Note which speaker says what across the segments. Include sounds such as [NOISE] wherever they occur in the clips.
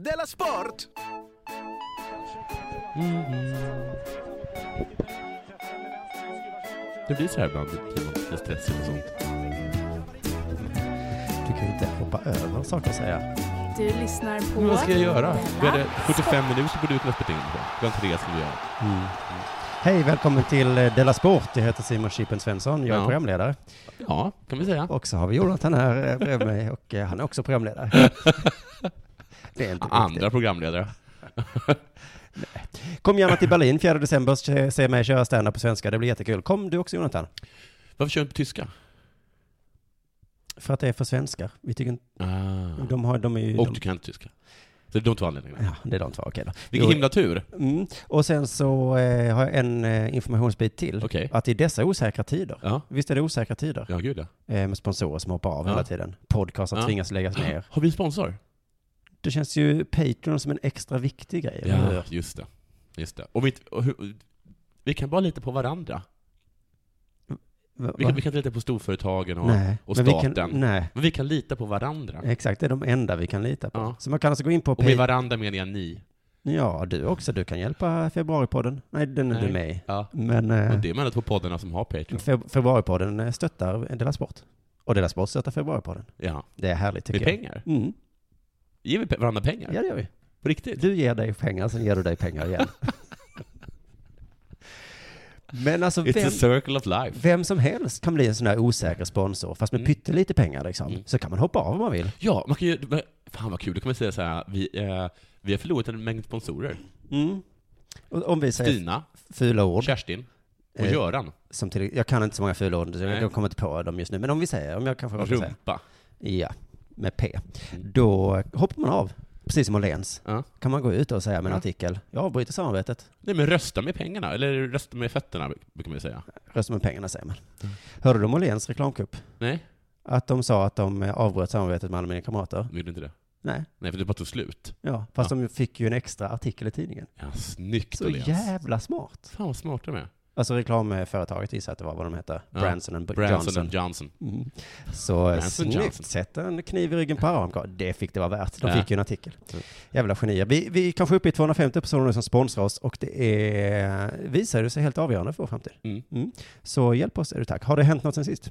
Speaker 1: Della Sport!
Speaker 2: Det blir så här ibland, Timon, när stressen och sånt.
Speaker 3: Du kan ju inte hoppa över saker och säga.
Speaker 4: Du lyssnar på...
Speaker 2: Men vad ska jag göra? Vi hade
Speaker 4: Della
Speaker 2: 45 minuter på det utloppet in. Klockan tre skulle vi göra.
Speaker 3: Hej, välkommen till eh, Della Sport. Jag heter Simon Chippen Svensson. Jag är
Speaker 2: Ja.
Speaker 3: programledare.
Speaker 2: Ja, kan vi säga.
Speaker 3: Och så har vi Jonathan här eh, bredvid mig och eh, han är
Speaker 2: [LAUGHS]
Speaker 3: också programledare. Det är inte
Speaker 2: Andra programledare.
Speaker 3: viktigt. Kom gärna till Berlin 4 december och se mig köra standup på svenska. Det blir jättekul. Kom du också Jonathan.
Speaker 2: Varför kör du inte på tyska?
Speaker 3: För att det är för svenskar. Vi tycker inte,
Speaker 2: Ah.
Speaker 3: de, har, de är ju...
Speaker 2: Och
Speaker 3: de,
Speaker 2: du kan inte tyska. Så det är de två anledningarna.
Speaker 3: ja, det är de två. Okej då.
Speaker 2: Vilken
Speaker 3: Jo,
Speaker 2: himla tur.
Speaker 3: Mm. Och sen så eh, har jag en eh, informationsbit till.
Speaker 2: Okej.
Speaker 3: Att i dessa osäkra tider,
Speaker 2: Ja.
Speaker 3: visst är det osäkra tider,
Speaker 2: Ja, gud ja.
Speaker 3: eh, med sponsorer som hoppar av
Speaker 2: Ja.
Speaker 3: hela tiden, podcaster
Speaker 2: Ja.
Speaker 3: tvingas läggas ner.
Speaker 2: Har vi sponsor?
Speaker 3: Det känns ju Patreon som en extra viktig grej. eller hur?
Speaker 2: Ja, just det. Just det. Och vi, inte- och hur, vi kan bara lita på varandra.
Speaker 3: Va-
Speaker 2: Vi
Speaker 3: va?
Speaker 2: kan, vi kan inte lita på storföretagen och,
Speaker 3: nej.
Speaker 2: och
Speaker 3: Men vi kan-
Speaker 2: staten.
Speaker 3: nej,
Speaker 2: Men vi kan lita på varandra.
Speaker 3: exakt. Det är de enda vi kan lita på.
Speaker 2: Ja.
Speaker 3: Så man kan alltså gå in på
Speaker 2: Och med
Speaker 3: Patreon.
Speaker 2: varandra menar jag ni.
Speaker 3: Ja, du också. Du kan hjälpa Februaripodden. Nej, den är
Speaker 2: Nej.
Speaker 3: du med i.
Speaker 2: Ja.
Speaker 3: Men, eh,
Speaker 2: Men det är mellan två poddarna som har Patreon.
Speaker 3: Feb- Februaripodden eh, stöttar Dela Sport. Och Dela Sport stöttar Februaripodden.
Speaker 2: Ja.
Speaker 3: Det är härligt
Speaker 2: Med
Speaker 3: tycker jag.
Speaker 2: pengar.
Speaker 3: Mm.
Speaker 2: Ger vi pe- varandra pengar?
Speaker 3: Ja, det gör vi.
Speaker 2: På riktigt?
Speaker 3: Du ger dig pengar, sen ger du dig
Speaker 2: [LAUGHS]
Speaker 3: pengar igen. Men alltså
Speaker 2: It's
Speaker 3: vem,
Speaker 2: a circle of life.
Speaker 3: vem som helst kan bli en sån här osäker sponsor, fast med
Speaker 2: Mm.
Speaker 3: pyttelite pengar liksom.
Speaker 2: Mm.
Speaker 3: Så kan man hoppa av om man vill.
Speaker 2: Ja, man kan ju... men- Fan vad kul, då kan man säga så här, vi, eh, vi har förlorat en mängd sponsorer.
Speaker 3: Mm. Och Om vi säger
Speaker 2: Stina,
Speaker 3: fula ord,
Speaker 2: Kerstin och
Speaker 3: Eh,
Speaker 2: Göran.
Speaker 3: som till, jag kan inte så många fula ord, så
Speaker 2: Nej.
Speaker 3: jag kommer inte på dem just nu, men om vi säger, om jag kanske råkar säga,
Speaker 2: Rumpa.
Speaker 3: ja, med P,
Speaker 2: Mm.
Speaker 3: då hoppar man av. Precis som Åhléns.
Speaker 2: Ja.
Speaker 3: Kan man gå ut och säga med en
Speaker 2: Ja.
Speaker 3: artikel, jag avbryter samarbetet,
Speaker 2: Nej men rösta med pengarna, eller rösta med fötterna brukar man ju säga.
Speaker 3: rösta med pengarna säger man. Hörde du om Åhléns reklamkupp?
Speaker 2: Nej,
Speaker 3: Att de sa att de eh, avbröt samarbetet med alla mina kamrater?
Speaker 2: de gjorde inte det.
Speaker 3: Nej.
Speaker 2: Nej, för det bara tog slut.
Speaker 3: Ja, fast
Speaker 2: Ja.
Speaker 3: de fick ju en extra artikel i tidningen.
Speaker 2: Ja, snyggt
Speaker 3: Så
Speaker 2: Åhléns.
Speaker 3: jävla smart.
Speaker 2: Fan vad smarta de är.
Speaker 3: Alltså reklamföretaget gissar att det var vad de hette.
Speaker 2: Ja.
Speaker 3: Branson and B-
Speaker 2: Branson
Speaker 3: Johnson.
Speaker 2: and Johnson.
Speaker 3: Mm. Så eh,
Speaker 2: Branson
Speaker 3: snyggt.
Speaker 2: Johnson.
Speaker 3: Sätt en kniv i ryggen på Aramco. Det fick det vara värt. De
Speaker 2: Ja.
Speaker 3: fick ju en artikel.
Speaker 2: Mm.
Speaker 3: Jävla genier. Vi, vi är kanske uppe i 250 personer nu som sponsrar oss och det är, visar det sig helt avgörande för vår framtid.
Speaker 2: Mm.
Speaker 3: Så hjälp oss är du tack. Har det hänt något sen sist?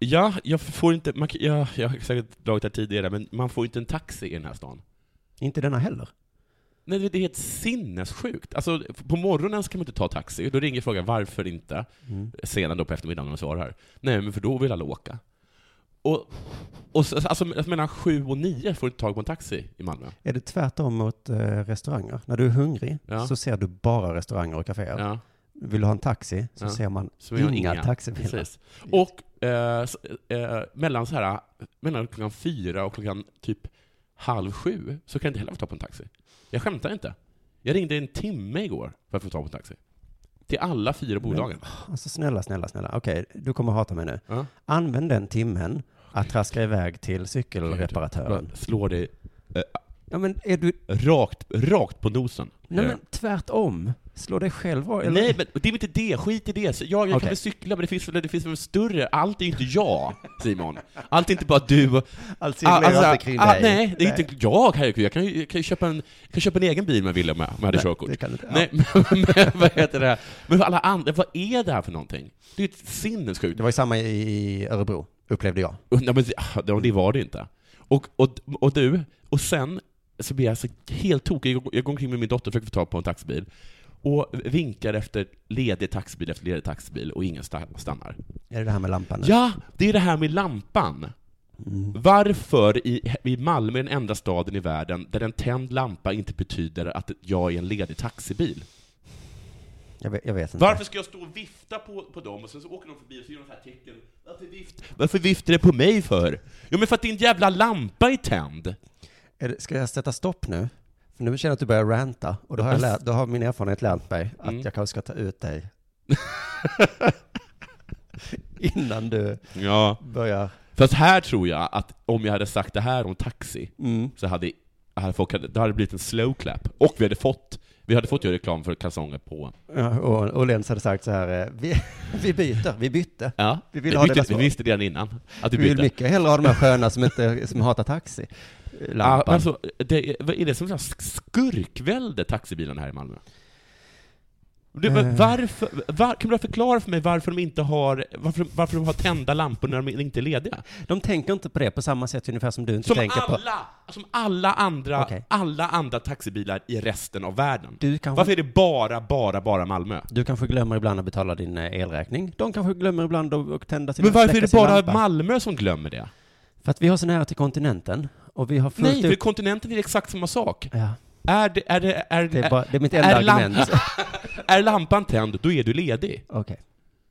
Speaker 2: Ja, jag får inte, man, kan- ja, jag har säkert dragit det här tidigare, men man får inte en taxi i den här stan.
Speaker 3: Inte denna heller.
Speaker 2: Nej, det är helt sinnessjukt. Alltså, på morgonen ska man inte ta taxi. Då ringer frågan varför inte.
Speaker 3: Mm.
Speaker 2: Senare då på eftermiddagen när de svarar. Nej, men för då vill alla åka. Och, och så, alltså, mellan sju och nio får du inte tag på en taxi i Malmö.
Speaker 3: Är det tvärtom mot eh, restauranger? När du är hungrig
Speaker 2: Ja.
Speaker 3: så ser du bara restauranger och kaféer.
Speaker 2: Ja,
Speaker 3: Vill du ha en taxi så
Speaker 2: Ja.
Speaker 3: ser man
Speaker 2: så vi har
Speaker 3: inga, taxibilar.
Speaker 2: Precis. Och eh, så, eh, mellan, så här, mellan klockan fyra och klockan typ halv sju så kan jag inte heller få tag på en taxi. Jag skämtar inte. Jag ringde en timme igår för att få tag på en taxi. Till alla fyra bolagen.
Speaker 3: Alltså snälla, snälla, snälla. Okej, du kommer hata mig nu.
Speaker 2: Ja.
Speaker 3: Använd den timmen att traska iväg till cykelreparatören.
Speaker 2: Bara Slår dig
Speaker 3: Ja men är du...
Speaker 2: rakt, rakt på nosen.
Speaker 3: Nej
Speaker 2: Eh,
Speaker 3: men tvärtom. Slå dig själv av, eller?
Speaker 2: Nej, men det är väl inte det. Skit i det. Så Jag, jag
Speaker 3: Okej.
Speaker 2: kan väl cykla, men det finns, väl- det finns väl större. Allt är ju inte jag, Simon. Allt är inte bara du. och-
Speaker 3: Allt
Speaker 2: Ah,
Speaker 3: cirkulerar
Speaker 2: alltså,
Speaker 3: inte kring
Speaker 2: ah,
Speaker 3: dig.
Speaker 2: nej, det är inte jag. Här, jag kan ju jag kan ju köpa, en, kan köpa en egen bil om jag ville, om jag om jag hade körkort.
Speaker 3: det kan du inte. Ja.
Speaker 2: Nej, [LAUGHS] men, men vad heter det? här? Men för alla andra, vad är det här för någonting? Det är ju sinnessjukt.
Speaker 3: Det var ju samma i Örebro, upplevde jag.
Speaker 2: Och, Nej, men, ah, det- det var det inte. Och, och, och du, och sen så blir jag så helt tokig. Jag går- Jag går omkring med min dotter och försöker få tag på en taxibil. Och vinkar efter ledig taxibil efter ledig taxibil och ingen sta- stannar.
Speaker 3: Är det det här med lampan? nu? Mm,
Speaker 2: Ja, det är det här med lampan. Varför i, i Malmö är den enda staden i världen där en tänd lampa inte betyder att jag är en ledig taxibil?
Speaker 3: Jag, vet, jag vet inte.
Speaker 2: Varför ska jag stå och vifta på, på dem och sen så åker de förbi och så gör de så här tecken? Varför, vift, varför viftar det på mig för? Jo men för att din jävla lampa är tänd!
Speaker 3: Är det, ska jag sätta stopp nu? För nu känner jag att du börjar ranta och då har, jag lärt, då har min erfarenhet lärt mig att
Speaker 2: Mm.
Speaker 3: jag kanske ska ta
Speaker 2: [LAUGHS]
Speaker 3: ut dig. Innan du
Speaker 2: Ja.
Speaker 3: börjar.
Speaker 2: Fast här tror jag att om jag hade sagt
Speaker 3: Mm.
Speaker 2: det här om taxi, så hade, hade folk, hade- det hade blivit en slow clap. Och vi hade fått Vi hade fått göra reklam för kalsonger på.
Speaker 3: Ja, och, och Lenz hade sagt så här, eh, vi, [LAUGHS] vi byter, vi bytte.
Speaker 2: Ja,
Speaker 3: Vi ville ha
Speaker 2: bytte-
Speaker 3: deras
Speaker 2: vi
Speaker 3: val.
Speaker 2: visste det redan innan. Att vi
Speaker 3: Vi vill
Speaker 2: bytte.
Speaker 3: mycket hellre ha de här sköna som, inte, som hatar taxi.
Speaker 2: Ja,
Speaker 3: Lampan.
Speaker 2: alltså, det, vad är det som är skurkvälde, taxibilarna här i Malmö? Det, men
Speaker 3: Eh.
Speaker 2: varför, var, kan du förklara för mig varför de inte har, varför, varför de har tända lampor när de inte är lediga?
Speaker 3: De tänker inte på det på samma sätt ungefär som du inte
Speaker 2: Som
Speaker 3: tänker på.
Speaker 2: alla, som alla andra,
Speaker 3: Okej.
Speaker 2: alla andra taxibilar i resten av världen.
Speaker 3: Du kanske,
Speaker 2: Varför är det bara, bara, bara Malmö?
Speaker 3: du kanske glömmer ibland att betala din eh, elräkning. De kanske glömmer ibland att att tända sin
Speaker 2: Men varför är
Speaker 3: släcka
Speaker 2: det
Speaker 3: sin
Speaker 2: bara
Speaker 3: Typ lampa.
Speaker 2: Malmö som glömmer det?
Speaker 3: För att vi har så nära till kontinenten och vi har fullt
Speaker 2: Nej, för
Speaker 3: ut...
Speaker 2: kontinenten är det exakt samma sak.
Speaker 3: Ja,
Speaker 2: Är, det, är, det, är,
Speaker 3: det, är bara, det är mitt
Speaker 2: Är
Speaker 3: enda
Speaker 2: lamp-
Speaker 3: argument.
Speaker 2: [LAUGHS] är lampan tänd, då är du ledig.
Speaker 3: Okej.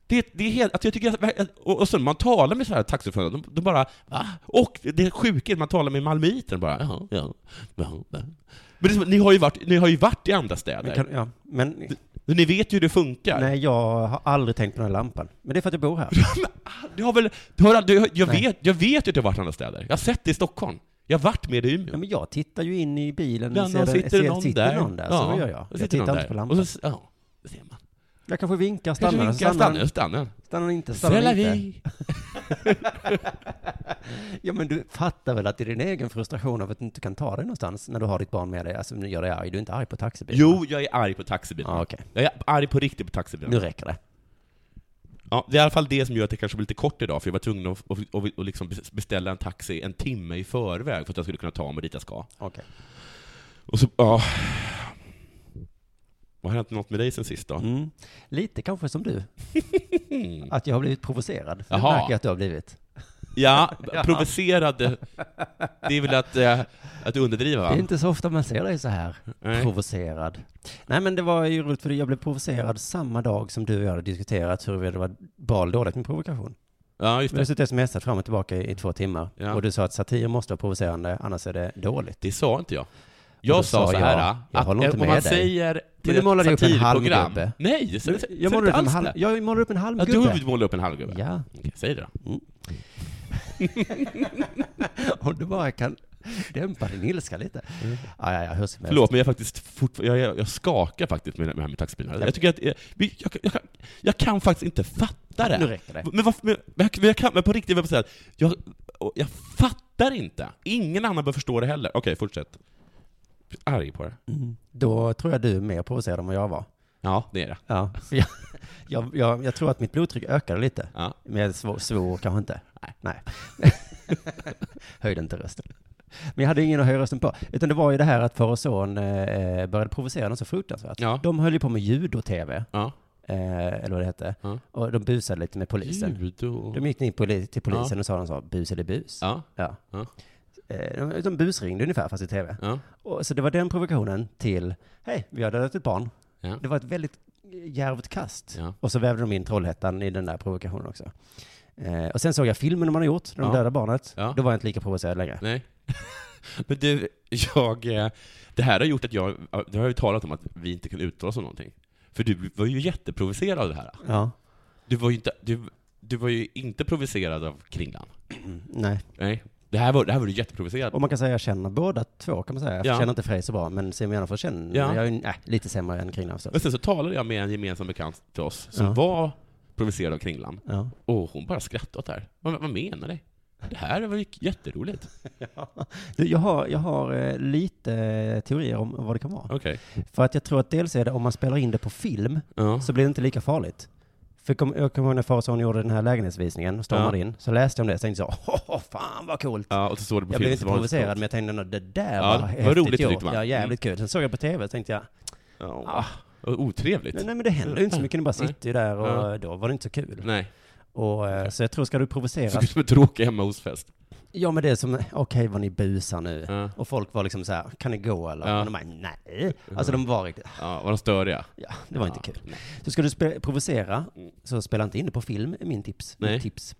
Speaker 2: Det, det är helt, att jag tycker att, och, och sen man talar med så här taxiförare, de, de bara va? Och det sjuka är att man talar med malmöiter, bara ja, ja, ja, ja. Men det är som, ni, har ju varit, ni har ju varit i andra städer,
Speaker 3: Men, kan, ja, men
Speaker 2: ni vet ju hur det funkar.
Speaker 3: nej, jag har aldrig tänkt på den här lampan. Men det är för att jag bor här.
Speaker 2: Du har väl, du har, aldrig- jag,
Speaker 3: Nej.
Speaker 2: vet, jag vet ju att du har varit i andra städer, jag har sett det i Stockholm, jag har varit med dig i Umeå.
Speaker 3: Ja, men jag tittar ju in i bilen
Speaker 2: Ja,
Speaker 3: och ser,
Speaker 2: någon
Speaker 3: den-
Speaker 2: sitter
Speaker 3: ser
Speaker 2: någon
Speaker 3: sitter
Speaker 2: där.
Speaker 3: någon där.
Speaker 2: Ja,
Speaker 3: Så gör jag.
Speaker 2: sitter
Speaker 3: Jag tittar
Speaker 2: någon
Speaker 3: inte på
Speaker 2: där.
Speaker 3: lampan.
Speaker 2: Och så, ja, det ser man.
Speaker 3: Jag kanske vinkar,
Speaker 2: Kanske
Speaker 3: stannar,
Speaker 2: vinka,
Speaker 3: stannar, stannar,
Speaker 2: stanna, stanna.
Speaker 3: stannar inte, stannar inte.
Speaker 2: Selavi.
Speaker 3: Ja, men du fattar väl att det är din egen frustration av att du inte kan ta dig någonstans när du har ditt barn med dig, alltså nu gör dig arg. Du är inte arg på taxibilen?
Speaker 2: Jo, jag är arg på taxibilen.
Speaker 3: Ja, okej.
Speaker 2: Jag är arg på riktigt på taxibilen.
Speaker 3: Nu räcker det.
Speaker 2: Ja, det är i alla fall det som gör att det kanske blir lite kort idag, för jag var tvungen att, att, att, att liksom beställa en taxi en timme i förväg för att jag skulle kunna ta mig dit jag ska.
Speaker 3: Okej.
Speaker 2: Och så, ja... Vad har hänt något med dig sen sist [LAUGHS] då?
Speaker 3: Mm. Lite kanske som du. Att jag har blivit provocerad. Det
Speaker 2: Jaha.
Speaker 3: märker jag att du har blivit.
Speaker 2: Ja, provocerad. Det är väl att, eh, att underdriva,
Speaker 3: Det är
Speaker 2: va?
Speaker 3: inte så ofta man ser dig så här
Speaker 2: Nej.
Speaker 3: provocerad. Nej, men det var ju roligt för jag blev provocerad samma dag som du och jag hade diskuterat huruvida det var bra eller dåligt med provokation.
Speaker 2: Ja, just
Speaker 3: Vi har
Speaker 2: det.
Speaker 3: suttit och smsat fram och tillbaka i i två timmar.
Speaker 2: Ja.
Speaker 3: Och du sa att satir måste vara provocerande, annars är det dåligt.
Speaker 2: Det sa inte jag.
Speaker 3: då
Speaker 2: Jag
Speaker 3: sa
Speaker 2: sa så
Speaker 3: jag,
Speaker 2: här,
Speaker 3: jag håller inte
Speaker 2: att om
Speaker 3: med
Speaker 2: man
Speaker 3: dig.
Speaker 2: säger till
Speaker 3: du målade
Speaker 2: ett
Speaker 3: upp en
Speaker 2: satirprogram-
Speaker 3: halmgubbe.
Speaker 2: Nej, så, så,
Speaker 3: Jag
Speaker 2: så
Speaker 3: målar, upp
Speaker 2: inte
Speaker 3: en
Speaker 2: alls
Speaker 3: halv,
Speaker 2: det.
Speaker 3: jag målar upp en
Speaker 2: Ja, du
Speaker 3: halmgubbe.
Speaker 2: målar upp en halmgubbe?
Speaker 3: Ja,
Speaker 2: Okej, säg det då.
Speaker 3: om du bara kan dämpa din ilska lite. Ja, ja, ja, hur som helst.
Speaker 2: Förlåt, men jag är faktiskt fort, jag, jag, jag skakar faktiskt med det här med taxibilarna. Jag tycker att, eh, vi- jag, jag, jag, jag kan faktiskt inte fatta
Speaker 3: Nu
Speaker 2: det.
Speaker 3: räcker det.
Speaker 2: Men, varför, men, men jag, men jag kan, men på riktigt, jag, vill säga att jag, och jag fattar inte. Ingen annan bör förstå det heller. Okej, fortsätt. Arg på det.
Speaker 3: Då tror jag du är mer provocerad än vad jag var.
Speaker 2: Ja, det är det.
Speaker 3: Ja, för jag, jag, jag, jag tror att mitt blodtryck ökade lite.
Speaker 2: Ja.
Speaker 3: Men jag svor, svor kanske inte. Nej. [LAUGHS] Höjde inte rösten. Men jag hade ingen att höja rösten på. Utan det var ju det här att far och son eh, började provocera dem så fruktansvärt.
Speaker 2: Ja.
Speaker 3: De höll ju på med ljud och tv,
Speaker 2: Ja.
Speaker 3: eh, eller vad det hette.
Speaker 2: Ja.
Speaker 3: Och de busade lite med polisen.
Speaker 2: Judo.
Speaker 3: De gick ner poli- till polisen och sa de så, bus eller bus.
Speaker 2: Ja,
Speaker 3: Ja.
Speaker 2: Ja.
Speaker 3: Eh, de- De busringde ungefär, fast i tv.
Speaker 2: ja.
Speaker 3: Och, så det var den provokationen till, hej, vi har dödat ett barn.
Speaker 2: Ja.
Speaker 3: Det var ett väldigt djärvt kast.
Speaker 2: Ja.
Speaker 3: Och så vävde de in Trollhättan i den där provokationen också. Eh, och sen såg jag filmen de hade gjort, när de
Speaker 2: Ja.
Speaker 3: dödade barnet.
Speaker 2: Ja.
Speaker 3: Då var jag inte lika provocerad längre.
Speaker 2: Nej. Men du, [LAUGHS] jag... eh, Det här har gjort att jag... Det har jag ju talat om att vi inte kan uttala oss om någonting. För du var ju jätteprovocerad av det här.
Speaker 3: Ja. [CLEARS THROAT]
Speaker 2: Du var ju inte, du, du var ju inte provocerad av Kringlan.
Speaker 3: Mm, nej.
Speaker 2: Nej. Det här var, det här var du jätteprovocerad
Speaker 3: Och man kan säga jag känner båda två, kan man säga. Jag
Speaker 2: Ja.
Speaker 3: känner inte Frej så bra, men Simon Gärdenfors känner
Speaker 2: Ja.
Speaker 3: jag är ju, äh, lite sämre än Kringland förstås.
Speaker 2: Men sen så talade jag med en gemensam bekant till oss som
Speaker 3: Ja.
Speaker 2: var provocerad av Kringlan.
Speaker 3: Ja.
Speaker 2: Och hon bara skrattade åt det här. Vad, vad menar du? Det här var ju jätteroligt.
Speaker 3: Du, jag har, jag har eh, lite eh, teorier om vad det kan vara.
Speaker 2: Okej. Mm.
Speaker 3: För att jag tror att dels är det om man spelar in det på film,
Speaker 2: Ja.
Speaker 3: så blir det inte lika farligt. För kom, jag kommer ihåg när Farsson gjorde den här lägenhetsvisningen och stormade
Speaker 2: Ja.
Speaker 3: in, så läste jag om det och tänkte så, åh, fan vad coolt.
Speaker 2: ja, och så såg det på
Speaker 3: Jag
Speaker 2: film,
Speaker 3: blev
Speaker 2: så
Speaker 3: inte
Speaker 2: var det så
Speaker 3: provocerad, men
Speaker 2: coolt.
Speaker 3: jag tänkte ändå, det där
Speaker 2: Ja,
Speaker 3: var
Speaker 2: det var
Speaker 3: häftigt
Speaker 2: roligt
Speaker 3: gjort.
Speaker 2: tyckte man. Mm.
Speaker 3: Ja, jävligt kul. Sen såg jag på tv och tänkte jag,
Speaker 2: Ja.
Speaker 3: ah,
Speaker 2: Vad Otrevligt.
Speaker 3: nej, nej men det händer ju inte så mycket, ni bara
Speaker 2: Nej.
Speaker 3: sitter ju där och
Speaker 2: Mm. Ja.
Speaker 3: då var det inte så kul.
Speaker 2: Nej.
Speaker 3: Och, eh, så jag tror, ska du provocera?
Speaker 2: Såg ut som en tråkig hemma-hos-fest.
Speaker 3: Ja men det är som, okej vad ni busar nu.
Speaker 2: Ja.
Speaker 3: Och folk var liksom så här, kan ni gå eller?
Speaker 2: Ja.
Speaker 3: Och de bara, nej. Alltså de var riktigt,
Speaker 2: Ja, var de störiga?
Speaker 3: ja, det var inte
Speaker 2: Ja.
Speaker 3: kul. Så ska du spe- provocera, så spela inte in det på film, är min tips.
Speaker 2: Nej.
Speaker 3: Mitt tips.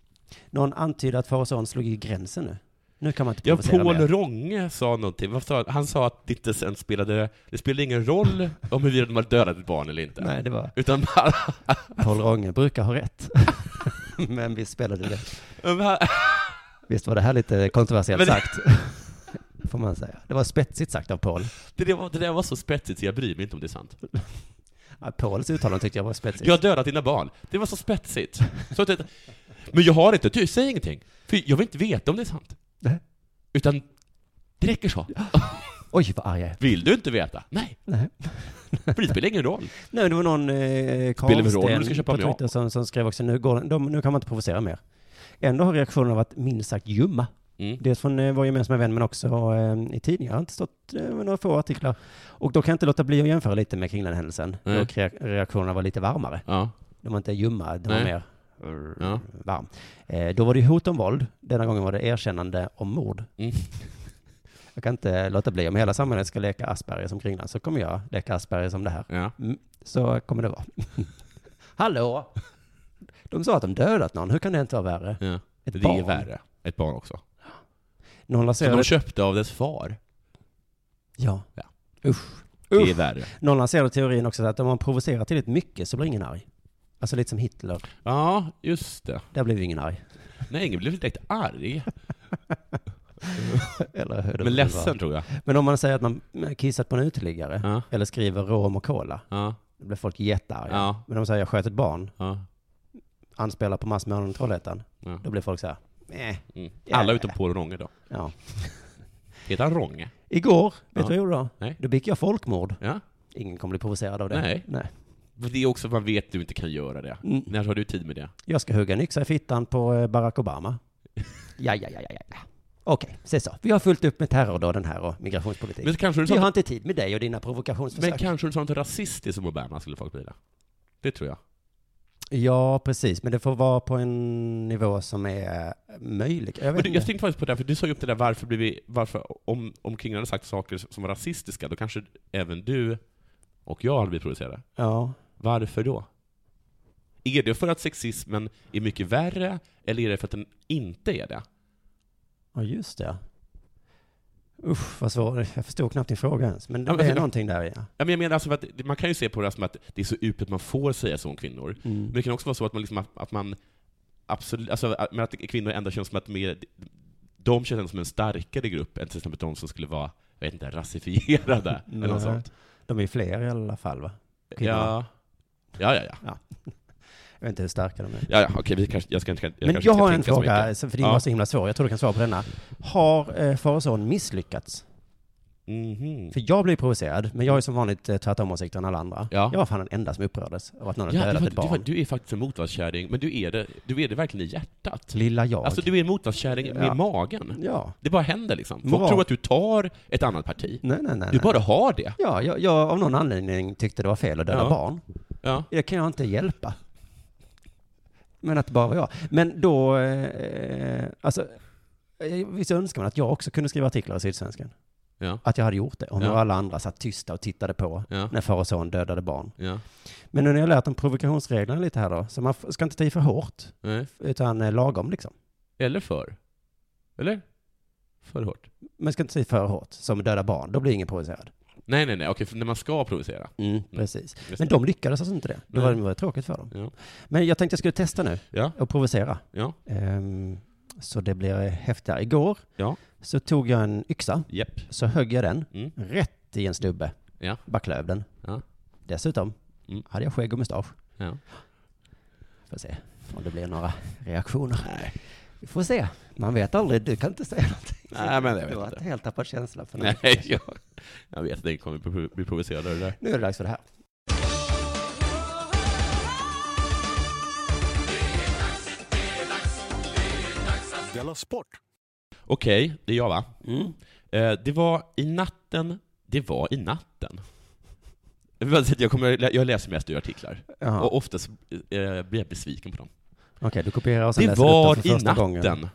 Speaker 3: Någon antydde att far och son slog i gränsen nu. Nu kan man inte
Speaker 2: Ja,
Speaker 3: provocera
Speaker 2: Paul
Speaker 3: mer.
Speaker 2: Ronge sa någonting. Vad sa han? Han sa att det inte sen spelade, det spelade ingen roll om huruvida de hade dödat ett barn eller inte.
Speaker 3: Nej, det var
Speaker 2: Utan bara,
Speaker 3: Paul Ronge brukar ha rätt. [LAUGHS] Men vi spelade det.
Speaker 2: bara-
Speaker 3: Visst var det här lite kontroversiellt
Speaker 2: Men det-
Speaker 3: sagt? får man säga. Det var spetsigt sagt av Paul.
Speaker 2: Det där, var, det där var så spetsigt så jag bryr mig inte om det är sant.
Speaker 3: Ja, Pauls uttalande tyckte jag var spetsigt.
Speaker 2: Jag har dödat dina barn. Det var så spetsigt. Så att, men jag har inte, du, säg ingenting. För jag vill inte veta om det är sant.
Speaker 3: Nej.
Speaker 2: Utan, det räcker så.
Speaker 3: Oj, vad arg jag är.
Speaker 2: Vill du inte veta? Nej,
Speaker 3: Nej.
Speaker 2: för det spelar ingen roll.
Speaker 3: Nej, det var någon eh,
Speaker 2: Spelar väl roll om du ska
Speaker 3: Karlsten
Speaker 2: köpa
Speaker 3: på
Speaker 2: en
Speaker 3: Twitter
Speaker 2: Jakob.
Speaker 3: som, som skrev också, nu, går, de, nu kan man inte provocera mer. Ändå har reaktionerna varit minst sagt ljumma.
Speaker 2: Mm.
Speaker 3: Dels från eh, vår gemensamma vän, men också eh, i tidningar. Jag har inte stått eh, med några få artiklar. Och då kan jag inte låta bli att jämföra lite med Kringlan-händelsen. Då
Speaker 2: Nej.
Speaker 3: kre- reaktionerna var lite varmare.
Speaker 2: Ja.
Speaker 3: De var inte ljumma, de var
Speaker 2: Nej.
Speaker 3: mer
Speaker 2: Ja.
Speaker 3: varm. Eh, då var det ju hot om våld. Denna gången var det erkännande om mord.
Speaker 2: Mm.
Speaker 3: Jag kan inte låta bli. Om hela samhället ska leka Asperger som Kringlan så kommer jag leka Asperger som det här.
Speaker 2: ja.
Speaker 3: Mm, så
Speaker 2: [LAUGHS]
Speaker 3: kommer det vara. Hallå! De sa att de dödat någon. Hur kan det inte vara värre?
Speaker 2: ja.
Speaker 3: Ett
Speaker 2: det är
Speaker 3: barn.
Speaker 2: värre. Ett barn också.
Speaker 3: Någon
Speaker 2: Som
Speaker 3: lanserade...
Speaker 2: de köpte av dess far.
Speaker 3: Ja.
Speaker 2: Ja.
Speaker 3: Usch.
Speaker 2: Det är
Speaker 3: Usch.
Speaker 2: värre.
Speaker 3: Någon lanserade teorin också att om man provocerar tillräckligt mycket så blir ingen arg. Alltså lite som Hitler.
Speaker 2: Ja, just det.
Speaker 3: Där blev ju
Speaker 2: [LAUGHS]
Speaker 3: ingen arg.
Speaker 2: Nej, ingen blev direkt arg.
Speaker 3: Eller hur det nu
Speaker 2: Men ledsen
Speaker 3: var.
Speaker 2: tror jag.
Speaker 3: Men om man säger att man kissat på en uteliggare.
Speaker 2: Ja.
Speaker 3: Eller skriver rom och cola.
Speaker 2: Ja.
Speaker 3: Då blir folk jättearga.
Speaker 2: Ja.
Speaker 3: Men om man säger jag sköt ett barn.
Speaker 2: Ja.
Speaker 3: Anspelar på massmördaren i Trollhättan.
Speaker 2: Ja.
Speaker 3: Då blir folk så här. "Mäh."
Speaker 2: Mm.
Speaker 3: Ja.
Speaker 2: Alla utom Paul Ronge då.
Speaker 3: Ja.
Speaker 2: Heter han Ronge?
Speaker 3: Igår, vet du
Speaker 2: Ja.
Speaker 3: vad jag gjorde då?
Speaker 2: Nej.
Speaker 3: Då begick jag folkmord.
Speaker 2: Ja.
Speaker 3: Ingen kommer bli provocerad av det.
Speaker 2: Nej. För det är också, man vet du inte kan göra det.
Speaker 3: Mm.
Speaker 2: När har du tid med det?
Speaker 3: Jag ska hugga en yxa i fittan på eh, Barack Obama. [LAUGHS] Ja, ja, ja, ja, ja. Okej, se så. Vi har fullt upp med terrordåden här och migrationspolitik.
Speaker 2: Men kanske du
Speaker 3: Vi har
Speaker 2: sa,
Speaker 3: inte tid med dig och dina
Speaker 2: men
Speaker 3: provokationsförsök.
Speaker 2: kanske du sa något rasistiskt som Obama skulle folk bli det. Det tror jag.
Speaker 3: Ja, precis. Men det får vara på en nivå som är möjlig. Jag
Speaker 2: Men
Speaker 3: vet
Speaker 2: du, jag
Speaker 3: inte.
Speaker 2: tänkte faktiskt på det där, för du sa ju upp det där varför blir vi, varför, om, om kringen hade sagt saker som var rasistiska, då kanske även du och jag hade blivit provocerade.
Speaker 3: Ja.
Speaker 2: Varför då? Är det för att sexismen är mycket värre, eller är det för att den inte är det?
Speaker 3: ja, just det. Usch, vad svårt. Jag förstod knappt din fråga ens. Men det
Speaker 2: Ja, men
Speaker 3: är
Speaker 2: jag-
Speaker 3: någonting där, ja.
Speaker 2: Ja, men Jag menar alltså för att man kan ju se på det som att det är så utbrett man får säga så om kvinnor,
Speaker 3: Mm.
Speaker 2: men det kan också vara så att man, liksom, att man absolut, alltså, att- men att kvinnor ändå känns som att mer, de känns ändå som en starkare grupp än till exempel de som skulle vara, jag vet inte,
Speaker 3: [LAUGHS]
Speaker 2: rasifierade, eller
Speaker 3: Nej.
Speaker 2: något sånt.
Speaker 3: De är ju fler i alla fall, va? Kvinnorna.
Speaker 2: Ja. Ja, ja, ja.
Speaker 3: Jag vet inte hur starka de är.
Speaker 2: ja, ja okej, vi kanske, jag ska inte... Jag
Speaker 3: Men
Speaker 2: kanske
Speaker 3: jag
Speaker 2: ska
Speaker 3: har en
Speaker 2: tänka så mycket.
Speaker 3: fråga, så- för din
Speaker 2: Ja.
Speaker 3: var så himla svår. Jag tror du kan svara på denna. Har eh, far och son misslyckats?
Speaker 2: Mhm.
Speaker 3: För jag blev provocerad, men jag är som vanligt eh, tvärtom åsikter än alla andra.
Speaker 2: Ja.
Speaker 3: Jag var fan den enda som upprördes av att någon hade
Speaker 2: Ja, du,
Speaker 3: dödat
Speaker 2: var,
Speaker 3: ett
Speaker 2: du,
Speaker 3: barn.
Speaker 2: var, du är faktiskt en motvallskärring, men du är, det, du är det verkligen i hjärtat.
Speaker 3: Lilla jag.
Speaker 2: Alltså, du är en motvallskärring med
Speaker 3: Ja.
Speaker 2: magen.
Speaker 3: Ja.
Speaker 2: Det bara händer liksom. Folk
Speaker 3: Moral.
Speaker 2: tror att du tar ett annat parti.
Speaker 3: Nej, nej, nej.
Speaker 2: Du
Speaker 3: nej.
Speaker 2: bara har det.
Speaker 3: Ja, jag, jag av någon anledning tyckte det var fel att döda
Speaker 2: Ja.
Speaker 3: barn.
Speaker 2: Ja.
Speaker 3: Det kan jag inte hjälpa. Men att det bara var jag. Men då, eh, alltså, eh, visst önskar man att jag också kunde skriva artiklar i Sydsvenskan?
Speaker 2: Ja.
Speaker 3: Att jag hade gjort det, om
Speaker 2: Ja.
Speaker 3: nu alla andra satt tysta och tittade på
Speaker 2: Ja.
Speaker 3: när far och son dödade barn.
Speaker 2: Ja.
Speaker 3: Men nu när jag lärt om provokationsreglerna lite här då, så man f- ska inte ta i för hårt,
Speaker 2: Nej.
Speaker 3: utan eh, lagom liksom.
Speaker 2: Eller för. Eller? För hårt.
Speaker 3: Man ska inte ta i för hårt, som döda barn, då blir ingen provocerad.
Speaker 2: Nej, nej, nej. Okej, för när man ska provocera.
Speaker 3: Precis.
Speaker 2: Just
Speaker 3: Men
Speaker 2: det.
Speaker 3: de lyckades alltså inte det. Det var,
Speaker 2: Mm. Nej.
Speaker 3: det var tråkigt för dem.
Speaker 2: Ja.
Speaker 3: Men jag tänkte jag skulle testa nu
Speaker 2: Ja.
Speaker 3: och provocera.
Speaker 2: Ja.
Speaker 3: Ehm, så det blir eh, häftigare. Igår
Speaker 2: Ja.
Speaker 3: så tog jag en yxa,
Speaker 2: Japp.
Speaker 3: så högg jag den
Speaker 2: Mm.
Speaker 3: rätt i en snubbe.
Speaker 2: Ja.
Speaker 3: Bara klöv den.
Speaker 2: Ja.
Speaker 3: Dessutom
Speaker 2: Mm.
Speaker 3: hade jag skägg och mustasch.
Speaker 2: Ja.
Speaker 3: Får se om det blir några reaktioner. Vi får se. Man vet aldrig. Du kan inte säga någonting.
Speaker 2: Nej, men jag vet
Speaker 3: du har
Speaker 2: inte.
Speaker 3: helt tappat känslan för något.
Speaker 2: Nej, [LAUGHS] jag, jag vet att den kommer bli- bli provocerad av det där.
Speaker 3: Nu är det dags för det här.
Speaker 1: Della Sport!
Speaker 2: Okej, det är jag va?
Speaker 3: Mm.
Speaker 2: Eh, det var i natten, det var i natten. Jag vill bara säga att Jag, kommer, jag läser mest ur artiklar,
Speaker 3: Jaha.
Speaker 2: och oftast eh, blir jag besviken på dem.
Speaker 3: Okej, du kopierar och sen
Speaker 2: Det
Speaker 3: läser du upp dem
Speaker 2: var
Speaker 3: för
Speaker 2: i
Speaker 3: första
Speaker 2: natten
Speaker 3: gången.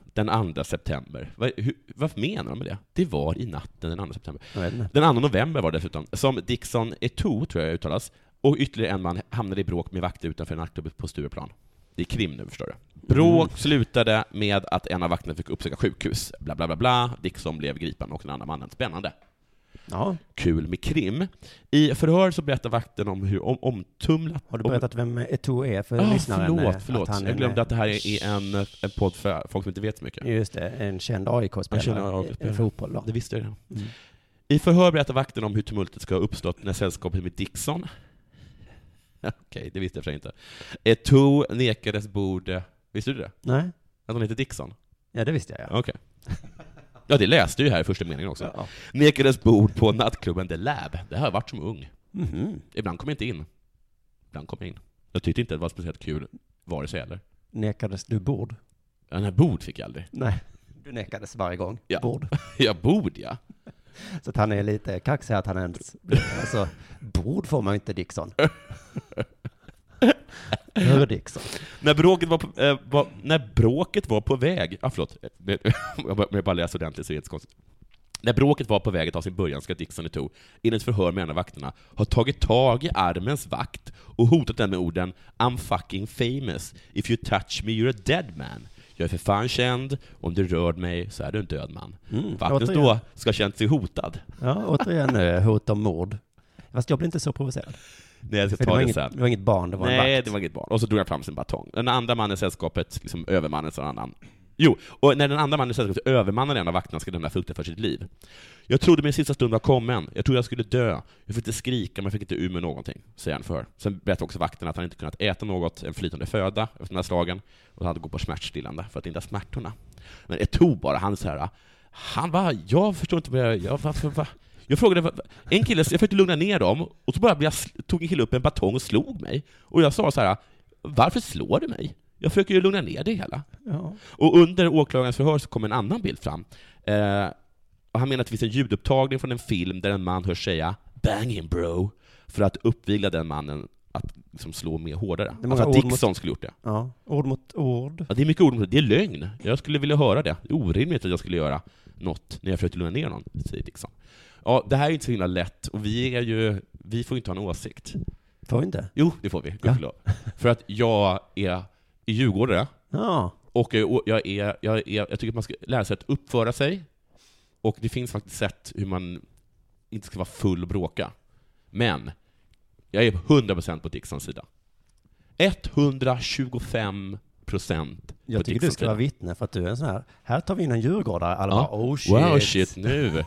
Speaker 2: den 2 september. Vad, hur, vad menar de med det? Det var i natten den 2 september.
Speaker 3: Jag vet inte.
Speaker 2: Den 2 november var det dessutom, som Dixon Eto, tror jag uttalas, och ytterligare en man hamnade i bråk med vakter utanför en nattklubb på Stureplan. Det är krim nu, förstår du. Bråk
Speaker 3: Mm.
Speaker 2: slutade med att en av vakterna fick uppsöka sjukhus. Bla, bla, bla, bla. Dixon blev gripen och den andra mannen. Spännande.
Speaker 3: Ja.
Speaker 2: Kul med krim. I förhör så berättar vakten om hur om, omtumlat...
Speaker 3: Har du berättat vem Eto'o är för
Speaker 2: Ah,
Speaker 3: lyssnaren? eh,
Speaker 2: förlåt, förlåt.
Speaker 3: han är
Speaker 2: jag glömde
Speaker 3: med?
Speaker 2: att det här är är en, eh, en podd för folk som inte vet så mycket.
Speaker 3: Just det, en känd AIK-spelare.
Speaker 2: En känd AIK-spelare.
Speaker 3: i Fotboll då.
Speaker 2: Det visste jag redan.
Speaker 3: Mm.
Speaker 2: I förhör berättar vakten om hur tumultet ska ha uppstått när sällskapet med Dixon... [LAUGHS] Okej, det visste jag för sig inte. Eto nekades bord... Visste du det?
Speaker 3: Nej,
Speaker 2: Att hon heter Dixon?
Speaker 3: ja det visste jag ja.
Speaker 2: Okej.
Speaker 3: [LAUGHS]
Speaker 2: Ja, det läste ju här i första meningen också.
Speaker 3: ja.
Speaker 2: Nekades bord på nattklubben The Lab. Det här har varit som ung.
Speaker 3: Mhm.
Speaker 2: Ibland kom jag inte in. Ibland kom jag in. Jag tyckte inte att det var speciellt kul, vare sig eller.
Speaker 3: Nekades du bord?
Speaker 2: Ja, Den här bord fick jag aldrig. [LAUGHS]
Speaker 3: Nej. Du nekades varje gång.
Speaker 2: Ja.
Speaker 3: Bord.
Speaker 2: Ja, bord ja.
Speaker 3: Så att han är lite kaxig att han ens... Alltså, bord får man ju
Speaker 2: [LAUGHS]
Speaker 3: inte Dixon. Hör Dixon.
Speaker 2: När bråket var på, eh, var, när bråket var på väg, ah, förlåt, [LAUGHS] Det- om jag- om jag bara läser ordentligt så är det inte så konstigt. När bråket var på väg att ta sin början ska Dixon Eto, enligt förhör med en av vakterna, ha tagit tag i armens vakt och hotat den med orden ”I'm fucking famous, if you touch me you're a dead man”. Jag är för fan känd, om du rör mig så är du en död man. Vakten
Speaker 3: återigen.
Speaker 2: då ska ha känt sig hotad.
Speaker 3: Ja, återigen eh, hot om mord. Fast jag blir inte så provocerad.
Speaker 2: Nej, jag ska
Speaker 3: För det,
Speaker 2: ta
Speaker 3: var
Speaker 2: det
Speaker 3: inget,
Speaker 2: sen.
Speaker 3: det var inget barn, det var
Speaker 2: Nej,
Speaker 3: en
Speaker 2: det
Speaker 3: vakt.
Speaker 2: var inget barn. Och så drog han fram sin batong. Den andra mannen i sällskapet liksom övermannades av en annan. Jo, och när den andra mannen i sällskapet övermannade en av vakterna skulle denna frukta för sitt liv. Jag trodde min sista stund var kommen. Jag trodde jag skulle dö. Jag fick inte skrika, men jag fick inte ur mig någonting, säger han för. Sen berättar också vakten att han inte kunnat äta något, en flytande föda, efter den här slagen. Och han hade gått på smärtstillande för att lindra smärtorna. Men Eto bara, han så här, han var, jag förstår inte vad jag, jag varför, va? Jag frågade, va- va- en kille, jag försökte lugna ner dem, och så bara blev jag, sl- tog en kille upp en batong och slog mig. Och jag sa så här, varför slår du mig? Jag försöker ju lugna ner det hela.
Speaker 3: Ja.
Speaker 2: Och under åklagarens förhör så kom en annan bild fram. Eh, och han menar att det finns en ljudupptagning från en film där en man hörs säga ”Bang him bro” för att uppvigla den mannen att liksom slå mer hårdare.
Speaker 3: är många
Speaker 2: Alltså att
Speaker 3: ord mot-
Speaker 2: Dixon skulle gjort det.
Speaker 3: ja. Ord mot ord.
Speaker 2: Ja, det är mycket ord mot det. Det är lögn. Jag skulle vilja höra det. Det är orimligt att jag skulle göra något när jag försökte lugna ner någon, säger Dixon. Ja, det här är ju inte så himla lätt och vi är ju... Vi får ju inte ha en åsikt.
Speaker 3: Får vi inte?
Speaker 2: Jo, det får vi. gudskelov. För att jag är djurgårdare
Speaker 3: Ja.
Speaker 2: och jag, jag, är, jag, är, jag tycker att man ska lära sig att uppföra sig. Och det finns faktiskt sätt hur man inte ska vara full och bråka. Men, jag är 100% på Dixons sida. 125% på
Speaker 3: Jag tycker du
Speaker 2: Dixons
Speaker 3: ska
Speaker 2: sida.
Speaker 3: vara vittne för att du är en sån här, här tar vi in en djurgårdare, alla bara oh shit.
Speaker 2: Wow, shit nu.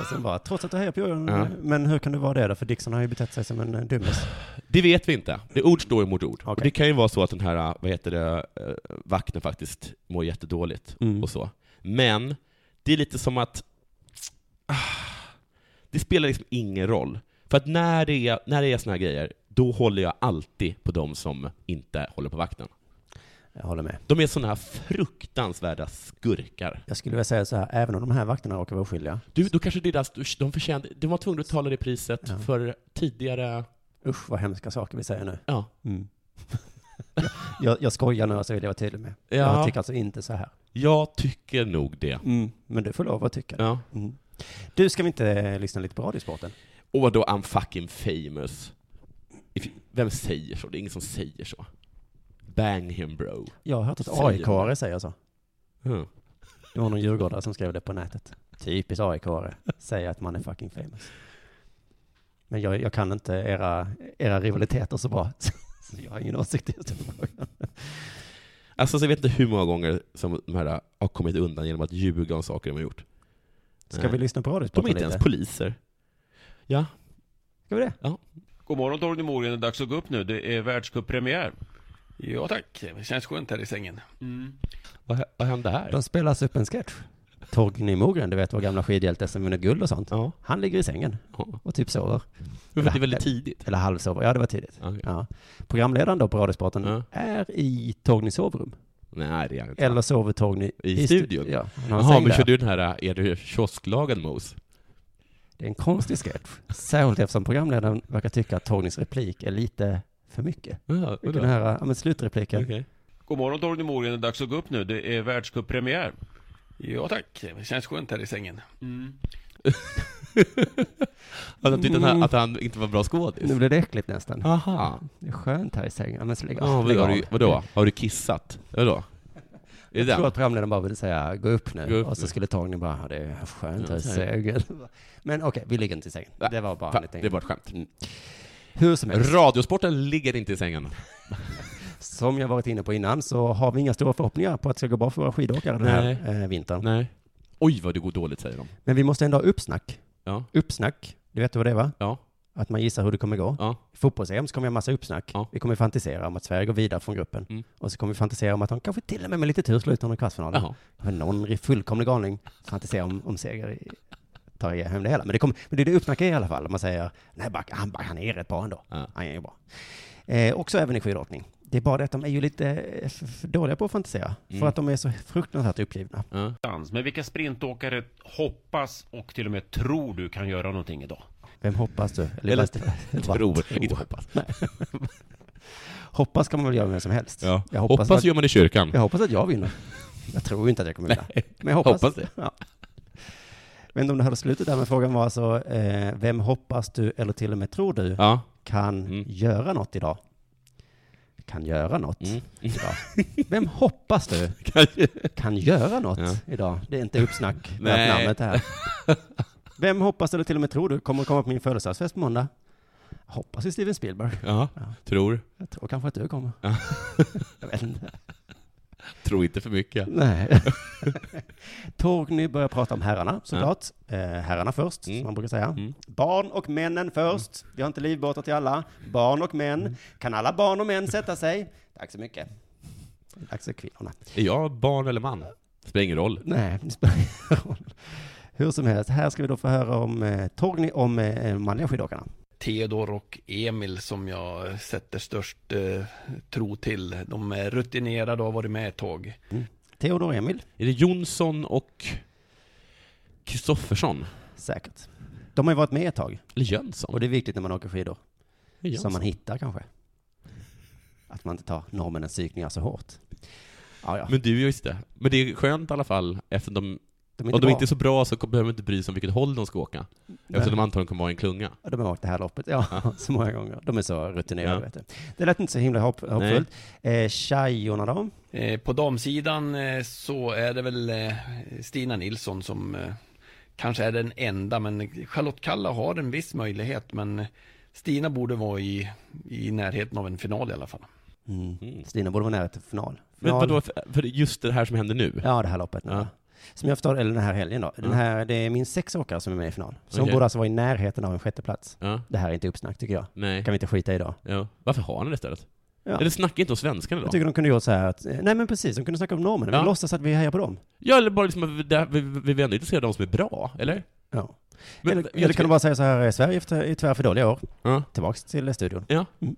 Speaker 3: Och sen bara, trots att du hejar på Djurgården,
Speaker 2: Ja.
Speaker 3: men hur kan du vara det då? För Dixon har ju betett sig som en eh, dummis.
Speaker 2: [LAUGHS] Det vet vi inte. Det ord står ju mot ord.
Speaker 3: Okej.
Speaker 2: Det kan ju vara så att den här, vad heter det, eh, vakten faktiskt mår jättedåligt och så. Men det är lite som att ah, det spelar liksom ingen roll. För att när det är, när det är såna här grejer, då håller jag alltid på de som inte håller på vakten.
Speaker 3: Jag håller med.
Speaker 2: De är såna här fruktansvärda skurkar.
Speaker 3: Jag skulle vilja säga så här, även om de här vakterna råkar vara oskyldiga.
Speaker 2: Du, då kanske deras, de förtjänade, de var tvungna att betala det priset
Speaker 3: Ja.
Speaker 2: för tidigare,
Speaker 3: Usch vad hemska saker vi säger nu. Mm.
Speaker 2: ja.
Speaker 3: [LAUGHS] Jag, jag skojar nu, så vill jag vara tydlig med.
Speaker 2: ja. Mm.
Speaker 3: Jag tycker alltså inte så här.
Speaker 2: Jag tycker nog det.
Speaker 3: Men du får lov att tycka det.
Speaker 2: Ja.
Speaker 3: Mm. Du, ska vi inte eh, lyssna lite på Radiosporten?
Speaker 2: Och då I'm fucking famous. If, vem säger så? Det är ingen som säger så. Bang him bro.
Speaker 3: Jag har hört att
Speaker 2: Säger
Speaker 3: aik säger så.
Speaker 2: Mm.
Speaker 3: Det var någon djurgårdare som skrev det på nätet. Typiskt aik säger att man är fucking famous. Men jag, jag kan inte era, era rivaliteter så bra, [LAUGHS] så jag har ingen åsikt i just den frågan.
Speaker 2: Alltså, så jag vet inte hur många gånger som de här har kommit undan genom att ljuga om saker de har gjort.
Speaker 3: Ska
Speaker 2: Nej.
Speaker 3: vi lyssna på
Speaker 2: De är
Speaker 3: Radiosporten
Speaker 2: inte ens poliser. Ja.
Speaker 3: Ska vi det?
Speaker 4: God morgon Torgny Morgan, det är dags att gå upp nu. Det är världscuppremiär.
Speaker 5: Ja tack, det känns skönt här i sängen.
Speaker 1: Mm.
Speaker 2: Vad, hä- vad hände här?
Speaker 3: De spelar upp en sketch. Torgny Mogren, du vet vår gamla skidhjälte som vunnit guld och sånt.
Speaker 2: Ja.
Speaker 3: Han ligger i sängen
Speaker 2: ja.
Speaker 3: och typ sover.
Speaker 2: Det var väldigt tidigt.
Speaker 3: Eller halvsover, ja det var tidigt.
Speaker 2: Okej.
Speaker 3: Ja. Programledaren då på Radiosporten
Speaker 2: Ja.
Speaker 3: är i Torgnys sovrum.
Speaker 2: Nej, det är han inte.
Speaker 3: Eller sover Torgny
Speaker 2: I
Speaker 3: stu-
Speaker 2: studion?
Speaker 3: Ja, han har en
Speaker 2: Jaha,
Speaker 3: säng
Speaker 2: men
Speaker 3: där.
Speaker 2: kör du den här, äh, är du kiosklagen Mos?
Speaker 3: Det är en konstig sketch. Särskilt eftersom programledaren verkar tycka att Torgnys replik är lite för mycket.
Speaker 2: Ja, vadå?
Speaker 3: Den här, ja men slutrepliken.
Speaker 2: Okej.
Speaker 4: God morgon Torgny Morgan, det är dags att gå upp nu. Det är världscuppremiär.
Speaker 5: Ja tack, det känns skönt här i sängen.
Speaker 1: Mm.
Speaker 2: Att han tyckte att han- att han inte var bra
Speaker 3: Nu
Speaker 2: skådis?
Speaker 3: blir det äckligt nästan.
Speaker 2: Aha.
Speaker 3: Det är skönt här i sängen. Ja, men så lägg av.
Speaker 2: Ja,
Speaker 3: lägg
Speaker 2: vad, har
Speaker 3: av.
Speaker 2: du, vadå? Har du kissat? Vadå? Är det
Speaker 3: Jag tror
Speaker 2: den?
Speaker 3: att programledaren bara ville säga gå upp nu.
Speaker 2: Gå upp
Speaker 3: och så
Speaker 2: nu.
Speaker 3: skulle Torgny bara, "Ja, det är skönt
Speaker 2: Ja,
Speaker 3: att
Speaker 2: så är det.
Speaker 3: säga. Men okej, vi ligger inte i sängen.
Speaker 2: Nej,
Speaker 3: Det var bara
Speaker 2: Fan,
Speaker 3: en
Speaker 2: det
Speaker 3: liten...
Speaker 2: var ett skämt.
Speaker 3: Hur som helst,
Speaker 2: Radiosporten ligger inte i sängen.
Speaker 3: som jag varit inne på innan så har vi inga stora förhoppningar på att det ska gå bra för våra skidåkare den här eh, vintern.
Speaker 2: Nej. Oj, vad det går dåligt, säger de.
Speaker 3: Men vi måste ändå ha uppsnack.
Speaker 2: Ja.
Speaker 3: Uppsnack, du vet vad det är va?
Speaker 2: Ja.
Speaker 3: Att man gissar hur det kommer gå.
Speaker 2: Ja.
Speaker 3: I fotbolls-EM så kommer vi ha massa uppsnack.
Speaker 2: Ja.
Speaker 3: Vi kommer fantisera om att Sverige går vidare från gruppen.
Speaker 2: Mm.
Speaker 3: Och så kommer vi fantisera om att de kanske till och med med lite tur slutar under kvartsfinalen.
Speaker 2: Jaha.
Speaker 3: Men någon ri- fullkomlig galning fantiserar om, om seger i, tar igen hem det hela. Men det, kommer, men det är det uppsnackade i alla fall. Man säger, nej back, han, back, han är rätt bra ändå.
Speaker 2: Ja.
Speaker 3: Han är ju bra. Eh, också även i skidåkning. Det är bara det att de är ju lite eh, f- f- dåliga på att fantisera. För att de är så fruktansvärt uppgivna.
Speaker 2: Mm. Ja.
Speaker 4: Dans. Men vilka sprintåkare hoppas och till och med tror du kan göra någonting idag?
Speaker 3: Vem hoppas du? Eller,
Speaker 2: [LAUGHS]
Speaker 3: vad-
Speaker 2: Tror, inte hoppas.
Speaker 3: Hoppas kan man väl göra med vem som helst.
Speaker 2: Ja.
Speaker 3: Jag,
Speaker 2: hoppas
Speaker 3: hoppas att,
Speaker 2: gör man i kyrkan.
Speaker 3: jag hoppas att jag vinner. Jag tror inte att jag kommer vinna. Men jag hoppas.
Speaker 2: hoppas. det.
Speaker 3: Ja. Men om du hörde slutet där, men frågan var alltså, eh, vem hoppas du, eller till och med tror du,
Speaker 2: Ja.
Speaker 3: kan
Speaker 2: Mm.
Speaker 3: göra något idag? Kan göra något
Speaker 2: Mm.
Speaker 3: idag? Vem hoppas du [LAUGHS]
Speaker 2: Kanske.
Speaker 3: kan göra något
Speaker 2: Ja.
Speaker 3: idag? Det är inte uppsnack
Speaker 2: Nej.
Speaker 3: med namnet här. Vem hoppas eller till och med tror du kommer komma på min födelsedagsfest på måndag? Hoppas det är Steven Spielberg.
Speaker 2: Ja. Tror.
Speaker 3: Jag tror kanske att du kommer.
Speaker 2: Ja.
Speaker 3: Jag vet inte.
Speaker 2: Tror inte för mycket.
Speaker 3: Nej. [LAUGHS] Torgny börjar prata om herrarna, såklart. Eh, herrarna först,
Speaker 2: Mm.
Speaker 3: som man brukar säga.
Speaker 2: Mm.
Speaker 3: Barn och männen först. Vi har inte livbåtar till alla. Barn och män. Kan alla barn och män sätta sig? Tack så mycket. Tack så kvinnorna.
Speaker 2: Är jag barn eller man? Spelar ingen roll.
Speaker 3: Nej, det spelar ingen roll. Hur som helst, här ska vi då få höra om eh, Torgny om eh, manliga skidåkarna.
Speaker 5: Theodor och Emil som jag sätter störst eh, tro till. De är rutinerade och har varit med ett tag.
Speaker 3: Theodor och Emil,
Speaker 2: Är det Jonsson och Kristoffersson?
Speaker 3: säkert. De har ju varit med ett tag,
Speaker 2: Eller Jönsson?
Speaker 3: och det är viktigt när man åker skidor.
Speaker 2: Det är
Speaker 3: Som
Speaker 2: Jönsson.
Speaker 3: man hittar kanske. Att man inte tar norrmännens psykningar så hårt. Ja, ja.
Speaker 2: Men du, ja, just det. Men det är skönt i alla fall, eftersom de,
Speaker 3: de är
Speaker 2: om de
Speaker 3: bra.
Speaker 2: inte är så bra så behöver man inte bry sig om vilket håll de ska åka. Eftersom de antagligen kommer vara i en klunga.
Speaker 3: Ja, De har åkt det här loppet, ja, [LAUGHS] så många gånger. De är så rutinerade,
Speaker 2: Ja.
Speaker 3: vet du. Det lät inte så himla hopp, hoppfullt. Eh, tjejorna då?
Speaker 5: Eh, på damsidan eh, så är det väl eh, Stina Nilsson som eh, kanske är den enda, men Charlotte Kalla har en viss möjlighet, men Stina borde vara i, i närheten av en final i alla fall.
Speaker 3: Mm.
Speaker 2: Mm.
Speaker 3: Stina borde vara nära till final.
Speaker 2: Men
Speaker 3: final.
Speaker 2: vadå, för för just det här som händer nu?
Speaker 3: Ja, det här loppet. nu.
Speaker 2: Ja.
Speaker 3: Som jag förstår eller den här helgen då. Den
Speaker 2: Ja.
Speaker 3: här, det är min sexåkare som är med i final. Så hon
Speaker 2: Okej.
Speaker 3: borde alltså vara i närheten av en sjätteplats.
Speaker 2: Ja,
Speaker 3: Det här är inte uppsnack, tycker jag.
Speaker 2: nej.
Speaker 3: kan vi inte skita i idag.
Speaker 2: Ja. Varför har han det istället?
Speaker 3: Ja.
Speaker 2: Eller snacka inte om svenskarna
Speaker 3: Jag
Speaker 2: då?
Speaker 3: tycker de kunde gjort så här att, eh, nej men precis, de kunde snacka om norrmännen.
Speaker 2: Ja.
Speaker 3: Vi låtsas att vi hejar på dem.
Speaker 2: Ja, eller bara liksom, att vi- där- vi, vi, vi är ändå intresserade av de som är bra, eller?
Speaker 3: Ja.
Speaker 2: Men-
Speaker 3: eller
Speaker 2: jag
Speaker 3: eller
Speaker 2: tycker-
Speaker 3: kan du bara säga så här, Sverige är tyvärr för dåliga i år.
Speaker 2: Ja.
Speaker 3: Tillbaks till studion.
Speaker 2: Ja.
Speaker 3: Mm.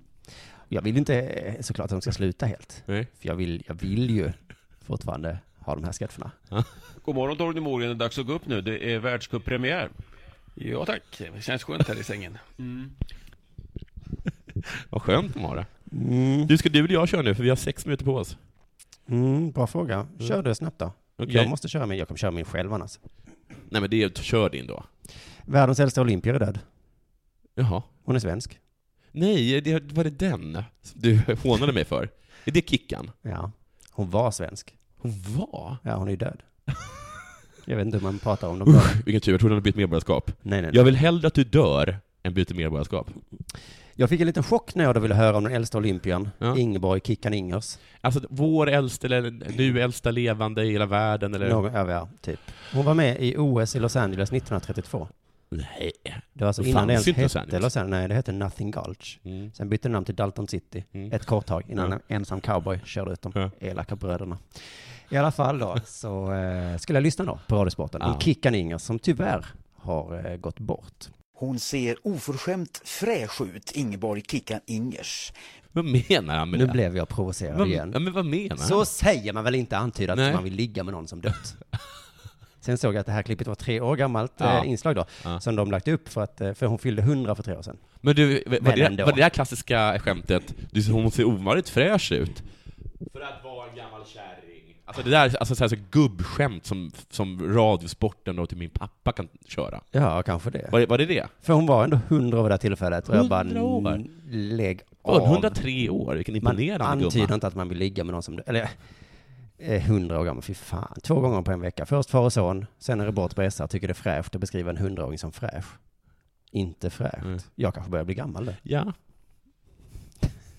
Speaker 3: Jag vill inte eh, såklart att de ska sluta helt.
Speaker 2: Nej.
Speaker 3: För jag vill, jag vill ju fortfarande ha de här sketcherna.
Speaker 4: God morgon Torgny Morgan, det är dags att gå upp nu. Det är världscuppremiär.
Speaker 5: Ja tack, det känns skönt här i sängen.
Speaker 2: Vad skönt de har det.
Speaker 3: Mm.
Speaker 2: Du, ska du eller jag köra nu? För vi har sex minuter på oss.
Speaker 3: Mm, bra fråga. Kör du snabbt då.
Speaker 2: Okej.
Speaker 3: Jag måste köra min, jag kommer köra min själv annars.
Speaker 2: Nej men det är, kör din då.
Speaker 3: Världens äldsta olympier är död.
Speaker 2: Jaha.
Speaker 3: Hon är svensk.
Speaker 2: Nej, det, var det den som du hånade mig för? Är det Kickan?
Speaker 3: Ja. Hon var svensk.
Speaker 2: Hon var?
Speaker 3: Ja, hon är
Speaker 2: [LAUGHS]
Speaker 3: ju död. Jag vet inte hur man pratar om dem.
Speaker 2: Vilken tur, jag trodde hon hade bytt medborgarskap.
Speaker 3: Nej, nej, nej.
Speaker 2: Jag vill hellre att du dör än byter medborgarskap.
Speaker 3: Jag fick en liten chock när jag då ville höra om den äldsta olympiern,
Speaker 2: Ja.
Speaker 3: Ingeborg Kickan Ingers.
Speaker 2: Alltså, vår äldsta, eller nu äldsta levande i hela världen, eller?
Speaker 3: Någon övriga, typ. Hon var med i OS i Los Angeles 1932.
Speaker 2: Nej.
Speaker 3: Det var alltså
Speaker 2: Då
Speaker 3: innan
Speaker 2: fanns
Speaker 3: det ens
Speaker 2: ju inte
Speaker 3: hette
Speaker 2: Los Angeles.
Speaker 3: Los Angeles. Nej, det hette Nothing Gulch.
Speaker 2: Mm.
Speaker 3: Sen bytte det namn till Dalton City
Speaker 2: Mm.
Speaker 3: ett kort tag innan
Speaker 2: Ja.
Speaker 3: en ensam cowboy körde ut de
Speaker 2: Ja.
Speaker 3: elaka bröderna. I alla fall då så eh, skulle jag lyssna då på Radiosporten
Speaker 2: Ja.
Speaker 3: om Kickan Ingers som tyvärr har eh, gått bort.
Speaker 6: Hon ser oförskämt fräsch ut, Ingeborg Kickan Ingers.
Speaker 2: Vad menar han med
Speaker 3: Nu
Speaker 2: det?
Speaker 3: blev jag provocerad
Speaker 2: vad,
Speaker 3: igen.
Speaker 2: ja, men vad menar han?
Speaker 3: Så säger man väl inte antyda att
Speaker 2: Nej.
Speaker 3: man vill ligga med någon
Speaker 2: [LAUGHS]
Speaker 3: som dött. Sen såg jag att det här klippet var tre år gammalt
Speaker 2: Ja.
Speaker 3: eh, inslag då,
Speaker 2: Ja.
Speaker 3: som de lagt upp för att, eh, för hon fyllde hundra för tre år sedan.
Speaker 2: Men du, var
Speaker 3: Men
Speaker 2: det,
Speaker 3: ändå.
Speaker 2: var det där klassiska skämtet, du, hon ser ovanligt fräsch ut? För att vara en gammal kärring. Alltså det där, alltså så här, så gubbskämt som, som radiosporten då till min pappa kan köra.
Speaker 3: Ja, kanske det.
Speaker 2: Var, det- var det det?
Speaker 3: För hon var ändå hundra vid det här tillfället. Och jag bara,
Speaker 2: 100 år?
Speaker 3: "N- lägg
Speaker 2: Var
Speaker 3: av.
Speaker 2: 103 år? Vilken
Speaker 3: Man
Speaker 2: imponerande
Speaker 3: antyder
Speaker 2: gumma.
Speaker 3: inte att man vill ligga med någon som dött. Eller, eh, är hundra år gammal. Fy fan. Två gånger på en vecka. Först far och son, sen en reporter på SR tycker det är fräscht att beskriva en hundraåring som fräsch. Inte fräscht.
Speaker 2: Mm.
Speaker 3: Jag kanske börjar bli gammal nu.
Speaker 2: Ja,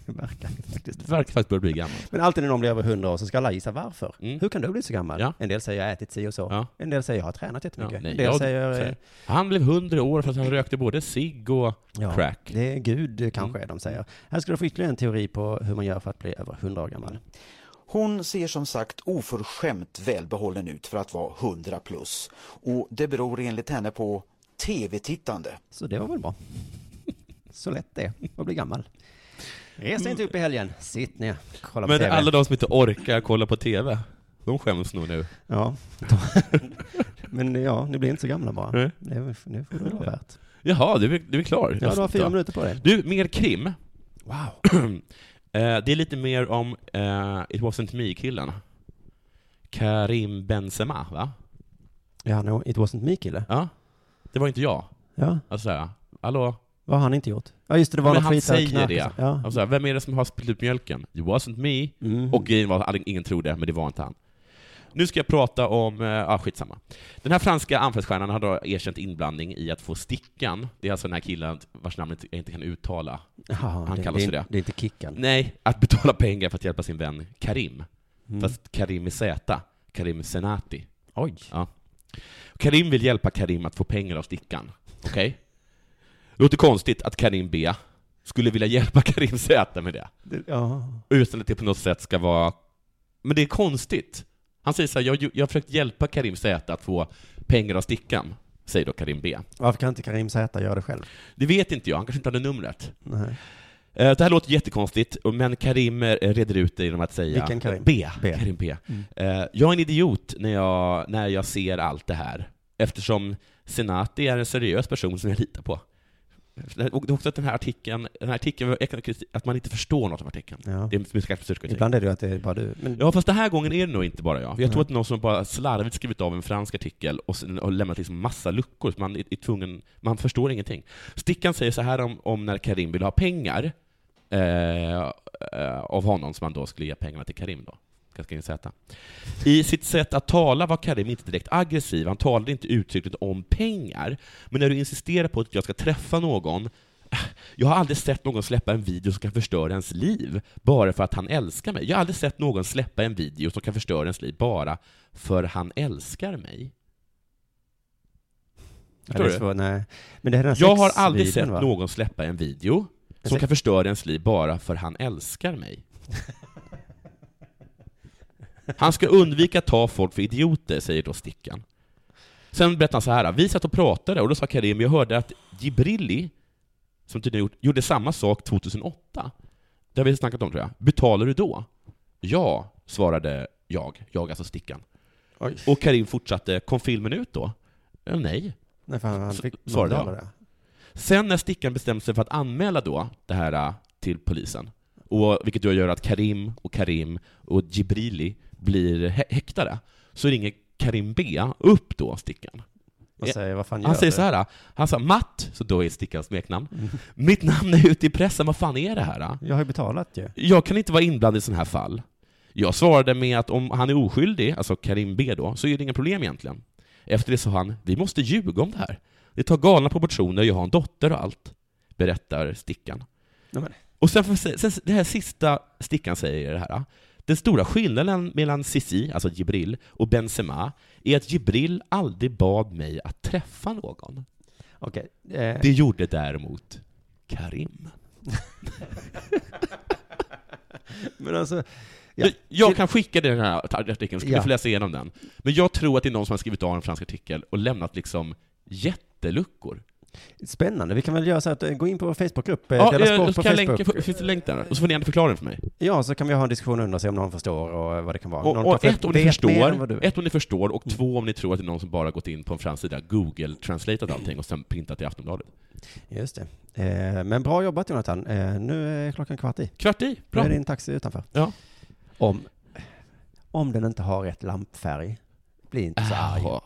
Speaker 3: Det verkar faktiskt.
Speaker 2: det verkar faktiskt börja bli gammalt.
Speaker 3: Men alltid när någon blir över hundra år så ska alla gissa varför.
Speaker 2: Mm.
Speaker 3: Hur kan du bli så gammal?
Speaker 2: Ja.
Speaker 3: En del säger jag har ätit si och så.
Speaker 2: Ja.
Speaker 3: En del säger jag har tränat jättemycket.
Speaker 2: Ja, nej,
Speaker 3: en del
Speaker 2: jag
Speaker 3: säger, eh,
Speaker 2: säger- Han blev hundra år för att han rökte både cigg och
Speaker 3: Ja,
Speaker 2: crack.
Speaker 3: det är Gud eh, kanske
Speaker 2: Mm.
Speaker 3: de säger. Här ska du få ytterligare en teori på hur man gör för att bli över 100 år gammal.
Speaker 6: Hon ser som sagt oförskämt välbehållen ut för att vara 100 plus. Och det beror enligt henne på tv-tittande.
Speaker 3: Så det var väl bra.
Speaker 2: [LAUGHS]
Speaker 3: Så lätt det, att bli gammal. Res inte upp i helgen, sitt ner, kolla på
Speaker 2: Men
Speaker 3: TV.
Speaker 2: alla de som inte orkar kolla på TV, de skäms nog nu.
Speaker 3: Ja. [LAUGHS] Men ja, ni blir inte så gamla bara.
Speaker 2: Nej.
Speaker 3: Det, det får det vara värt.
Speaker 2: Jaha, du är, du är klar?
Speaker 3: Ja, du har fyra
Speaker 2: Ja.
Speaker 3: minuter på dig.
Speaker 2: Du, mer krim. [CLEARS THROAT] Wow. det är lite mer om eh, It wasn't me-killen. Karim Benzema, va?
Speaker 3: Ja, no, it wasn't me kille.
Speaker 2: Ja. Det var inte jag.
Speaker 3: Ja,
Speaker 2: Alltså såhär, hallå?
Speaker 3: vad har han inte gjort? Ja, just det, det var
Speaker 2: Men han
Speaker 3: någon skitare
Speaker 2: säger
Speaker 3: knark-
Speaker 2: det.
Speaker 3: Ja.
Speaker 2: Alltså, såhär, vem är det som har spillt ut mjölken? It wasn't me.
Speaker 3: Mm.
Speaker 2: Och grejen var att ingen trodde, men det var inte han. Nu ska jag prata om, eh, ah, skitsamma. Den här franska anfallsstjärnan har då erkänt inblandning i att få stickan. Det är alltså den här killen vars namn jag inte kan uttala.
Speaker 3: Jaha,
Speaker 2: han
Speaker 3: det,
Speaker 2: kallas
Speaker 3: det,
Speaker 2: för
Speaker 3: är-
Speaker 2: det.
Speaker 3: Det är inte Kickan.
Speaker 2: Nej, att betala pengar för att hjälpa sin vän Karim.
Speaker 3: Mm.
Speaker 2: Fast Karim med Z, Karim Senati.
Speaker 3: Oj.
Speaker 2: Ja. Karim vill hjälpa Karim att få pengar av stickan. Okej? Låter konstigt att Karim B skulle vilja hjälpa Karim Z med det.
Speaker 3: Det, ja.
Speaker 2: Utan att det på något sätt ska vara... Men det är konstigt. Han säger så här, jag, jag har försökt hjälpa Karim Z att få pengar av stickan. Säger då Karim B.
Speaker 3: Varför kan inte Karim Z göra det själv?
Speaker 2: Det vet inte jag, han kanske inte hade numret.
Speaker 3: Nej.
Speaker 2: Eh, Det här låter jättekonstigt, och- men Karim eh, reder ut det genom att säga...
Speaker 3: Vilken Karim?
Speaker 2: B.
Speaker 3: B.
Speaker 2: Karim B. Eh, Jag är en idiot när jag, när jag ser allt det här, eftersom Senati är en seriös person som jag litar på. Och det är också att den här artikeln, den här artikeln att man inte förstår något av artikeln.
Speaker 3: Ja.
Speaker 2: Det är mycket självkritik.
Speaker 3: Ibland är det ju att det är bara du. Men
Speaker 2: Ja, fast den här gången är det nog inte bara jag. Jag tror att någon som bara slarvigt skrivit av en fransk artikel och, sen, och lämnat liksom massa luckor, så man är, är tvungen, man förstår ingenting. Stickan säger så här om, om när Karim vill ha pengar eh, eh, av honom, som man då skulle ge pengarna till Karim då. Ganska insätta. I sitt sätt att tala var Karim inte direkt aggressiv, han talade inte uttryckligt om pengar. Men när du insisterar på att jag ska träffa någon, äh, jag har aldrig sett någon släppa en video som kan förstöra ens liv bara för att han älskar mig. Jag har aldrig sett någon släppa en video som kan förstöra ens liv bara för han älskar mig.
Speaker 3: Ja, det är
Speaker 2: du?
Speaker 3: svårt, nej. Men det här är den här
Speaker 2: Jag har aldrig
Speaker 3: sexvideon,
Speaker 2: sett
Speaker 3: va? Alltså-
Speaker 2: någon släppa en video som
Speaker 3: sex-
Speaker 2: kan förstöra ens liv bara för han älskar mig.
Speaker 3: [LAUGHS]
Speaker 2: Han ska undvika att ta folk för idioter, säger då Stickan. Sen berättar han så här, vi satt och pratade och då sa Karim, jag hörde att Gibrilli, som tydligen gjort, gjorde samma sak 2008, det har vi snackat om tror jag, betalar du då? Ja, svarade jag, jag alltså Stickan.
Speaker 3: Oj.
Speaker 2: Och Karim fortsatte, kom filmen ut då? "Eh, Nej.
Speaker 3: Nej, fan, han
Speaker 2: S-
Speaker 3: fick
Speaker 2: svarade
Speaker 3: betala det.
Speaker 2: Sen när Stickan bestämde sig för att anmäla då det här eh, till polisen, och, vilket då gör att Karim och Karim och Gibrili blir hä- häktade, så ringer Karim B upp då Stickan.
Speaker 3: Och
Speaker 2: Ja.
Speaker 3: säger, vad fan gör
Speaker 2: Han säger
Speaker 3: du?
Speaker 2: så här, eh, han sa Matt, så då är Stickans smeknamn, mitt namn är ute i pressen, vad fan är det här? eh?
Speaker 3: Jag har ju betalat ju.
Speaker 2: Jag kan inte vara inblandad i sådana här fall. Jag svarade med att om han är oskyldig, alltså Karim B då, så är det inga problem egentligen. Efter det sa han, vi måste ljuga om det här. Det tar galna proportioner, jag har en dotter och allt. Berättar Stickan.
Speaker 3: Nej, men-
Speaker 2: Och sen, får- sen det här sista Stickan säger det här. Den stora skillnaden mellan Sissi, alltså Gibril, och Benzema är att Gibril aldrig bad mig att träffa någon.
Speaker 3: Okej. Eh,
Speaker 2: Det gjorde däremot Karim.
Speaker 3: [LAUGHS] men alltså, Ja.
Speaker 2: Jag, jag kan skicka dig den här artikeln, så kan
Speaker 3: Ja.
Speaker 2: du få läsa igenom den. Men jag tror att det är någon som har skrivit av en fransk artikel och lämnat liksom jätteluckor.
Speaker 3: Eh, spännande. Vi kan väl göra så att, eh, gå in på vår Facebookgrupp, eh,
Speaker 2: Ja,
Speaker 3: Dela
Speaker 2: jag,
Speaker 3: Sport
Speaker 2: ska
Speaker 3: på
Speaker 2: jag
Speaker 3: Facebook.
Speaker 2: länka, f- finns det länk där? Och så får ni gärna förklara den för mig.
Speaker 3: Ja, så kan vi ha en diskussion under och se om någon förstår och eh, vad det kan vara. någon
Speaker 2: Och, och
Speaker 3: kanske
Speaker 2: ett, om ni
Speaker 3: vet mer än
Speaker 2: förstår,
Speaker 3: vad du vet.
Speaker 2: ett om ni förstår, och två om ni tror att det är någon som bara gått in på en fransk sida, Google-translatat allting och sen printat i Aftonbladet.
Speaker 3: Just det. Eh, men bra jobbat Jonathan. Eh, nu är klockan kvart i.
Speaker 2: Kvart i,
Speaker 3: Nu
Speaker 2: bra.
Speaker 3: är din taxi utanför.
Speaker 2: Ja.
Speaker 3: Om, om den inte har rätt lampfärg, bli inte så arg.
Speaker 2: Jaha.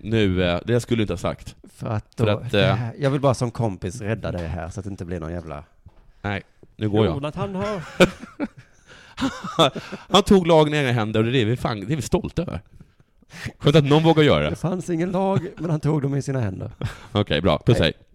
Speaker 2: Nu, eh, det skulle du inte ha sagt.
Speaker 3: För att, då,
Speaker 2: För att,
Speaker 3: det
Speaker 2: eh,
Speaker 3: här, jag vill bara som kompis rädda dig här så att det inte blir någon jävla...
Speaker 2: Nej, nu går jag.
Speaker 3: Jonathan har...
Speaker 2: Han tog lagen i egna händer och det är vi, fan, det är vi stolta över. Skönt att någon vågar göra
Speaker 3: Det
Speaker 2: det.
Speaker 3: fanns ingen lag, men han tog dem i sina händer.
Speaker 2: Okej, bra. Puss
Speaker 3: Hej.
Speaker 2: hej.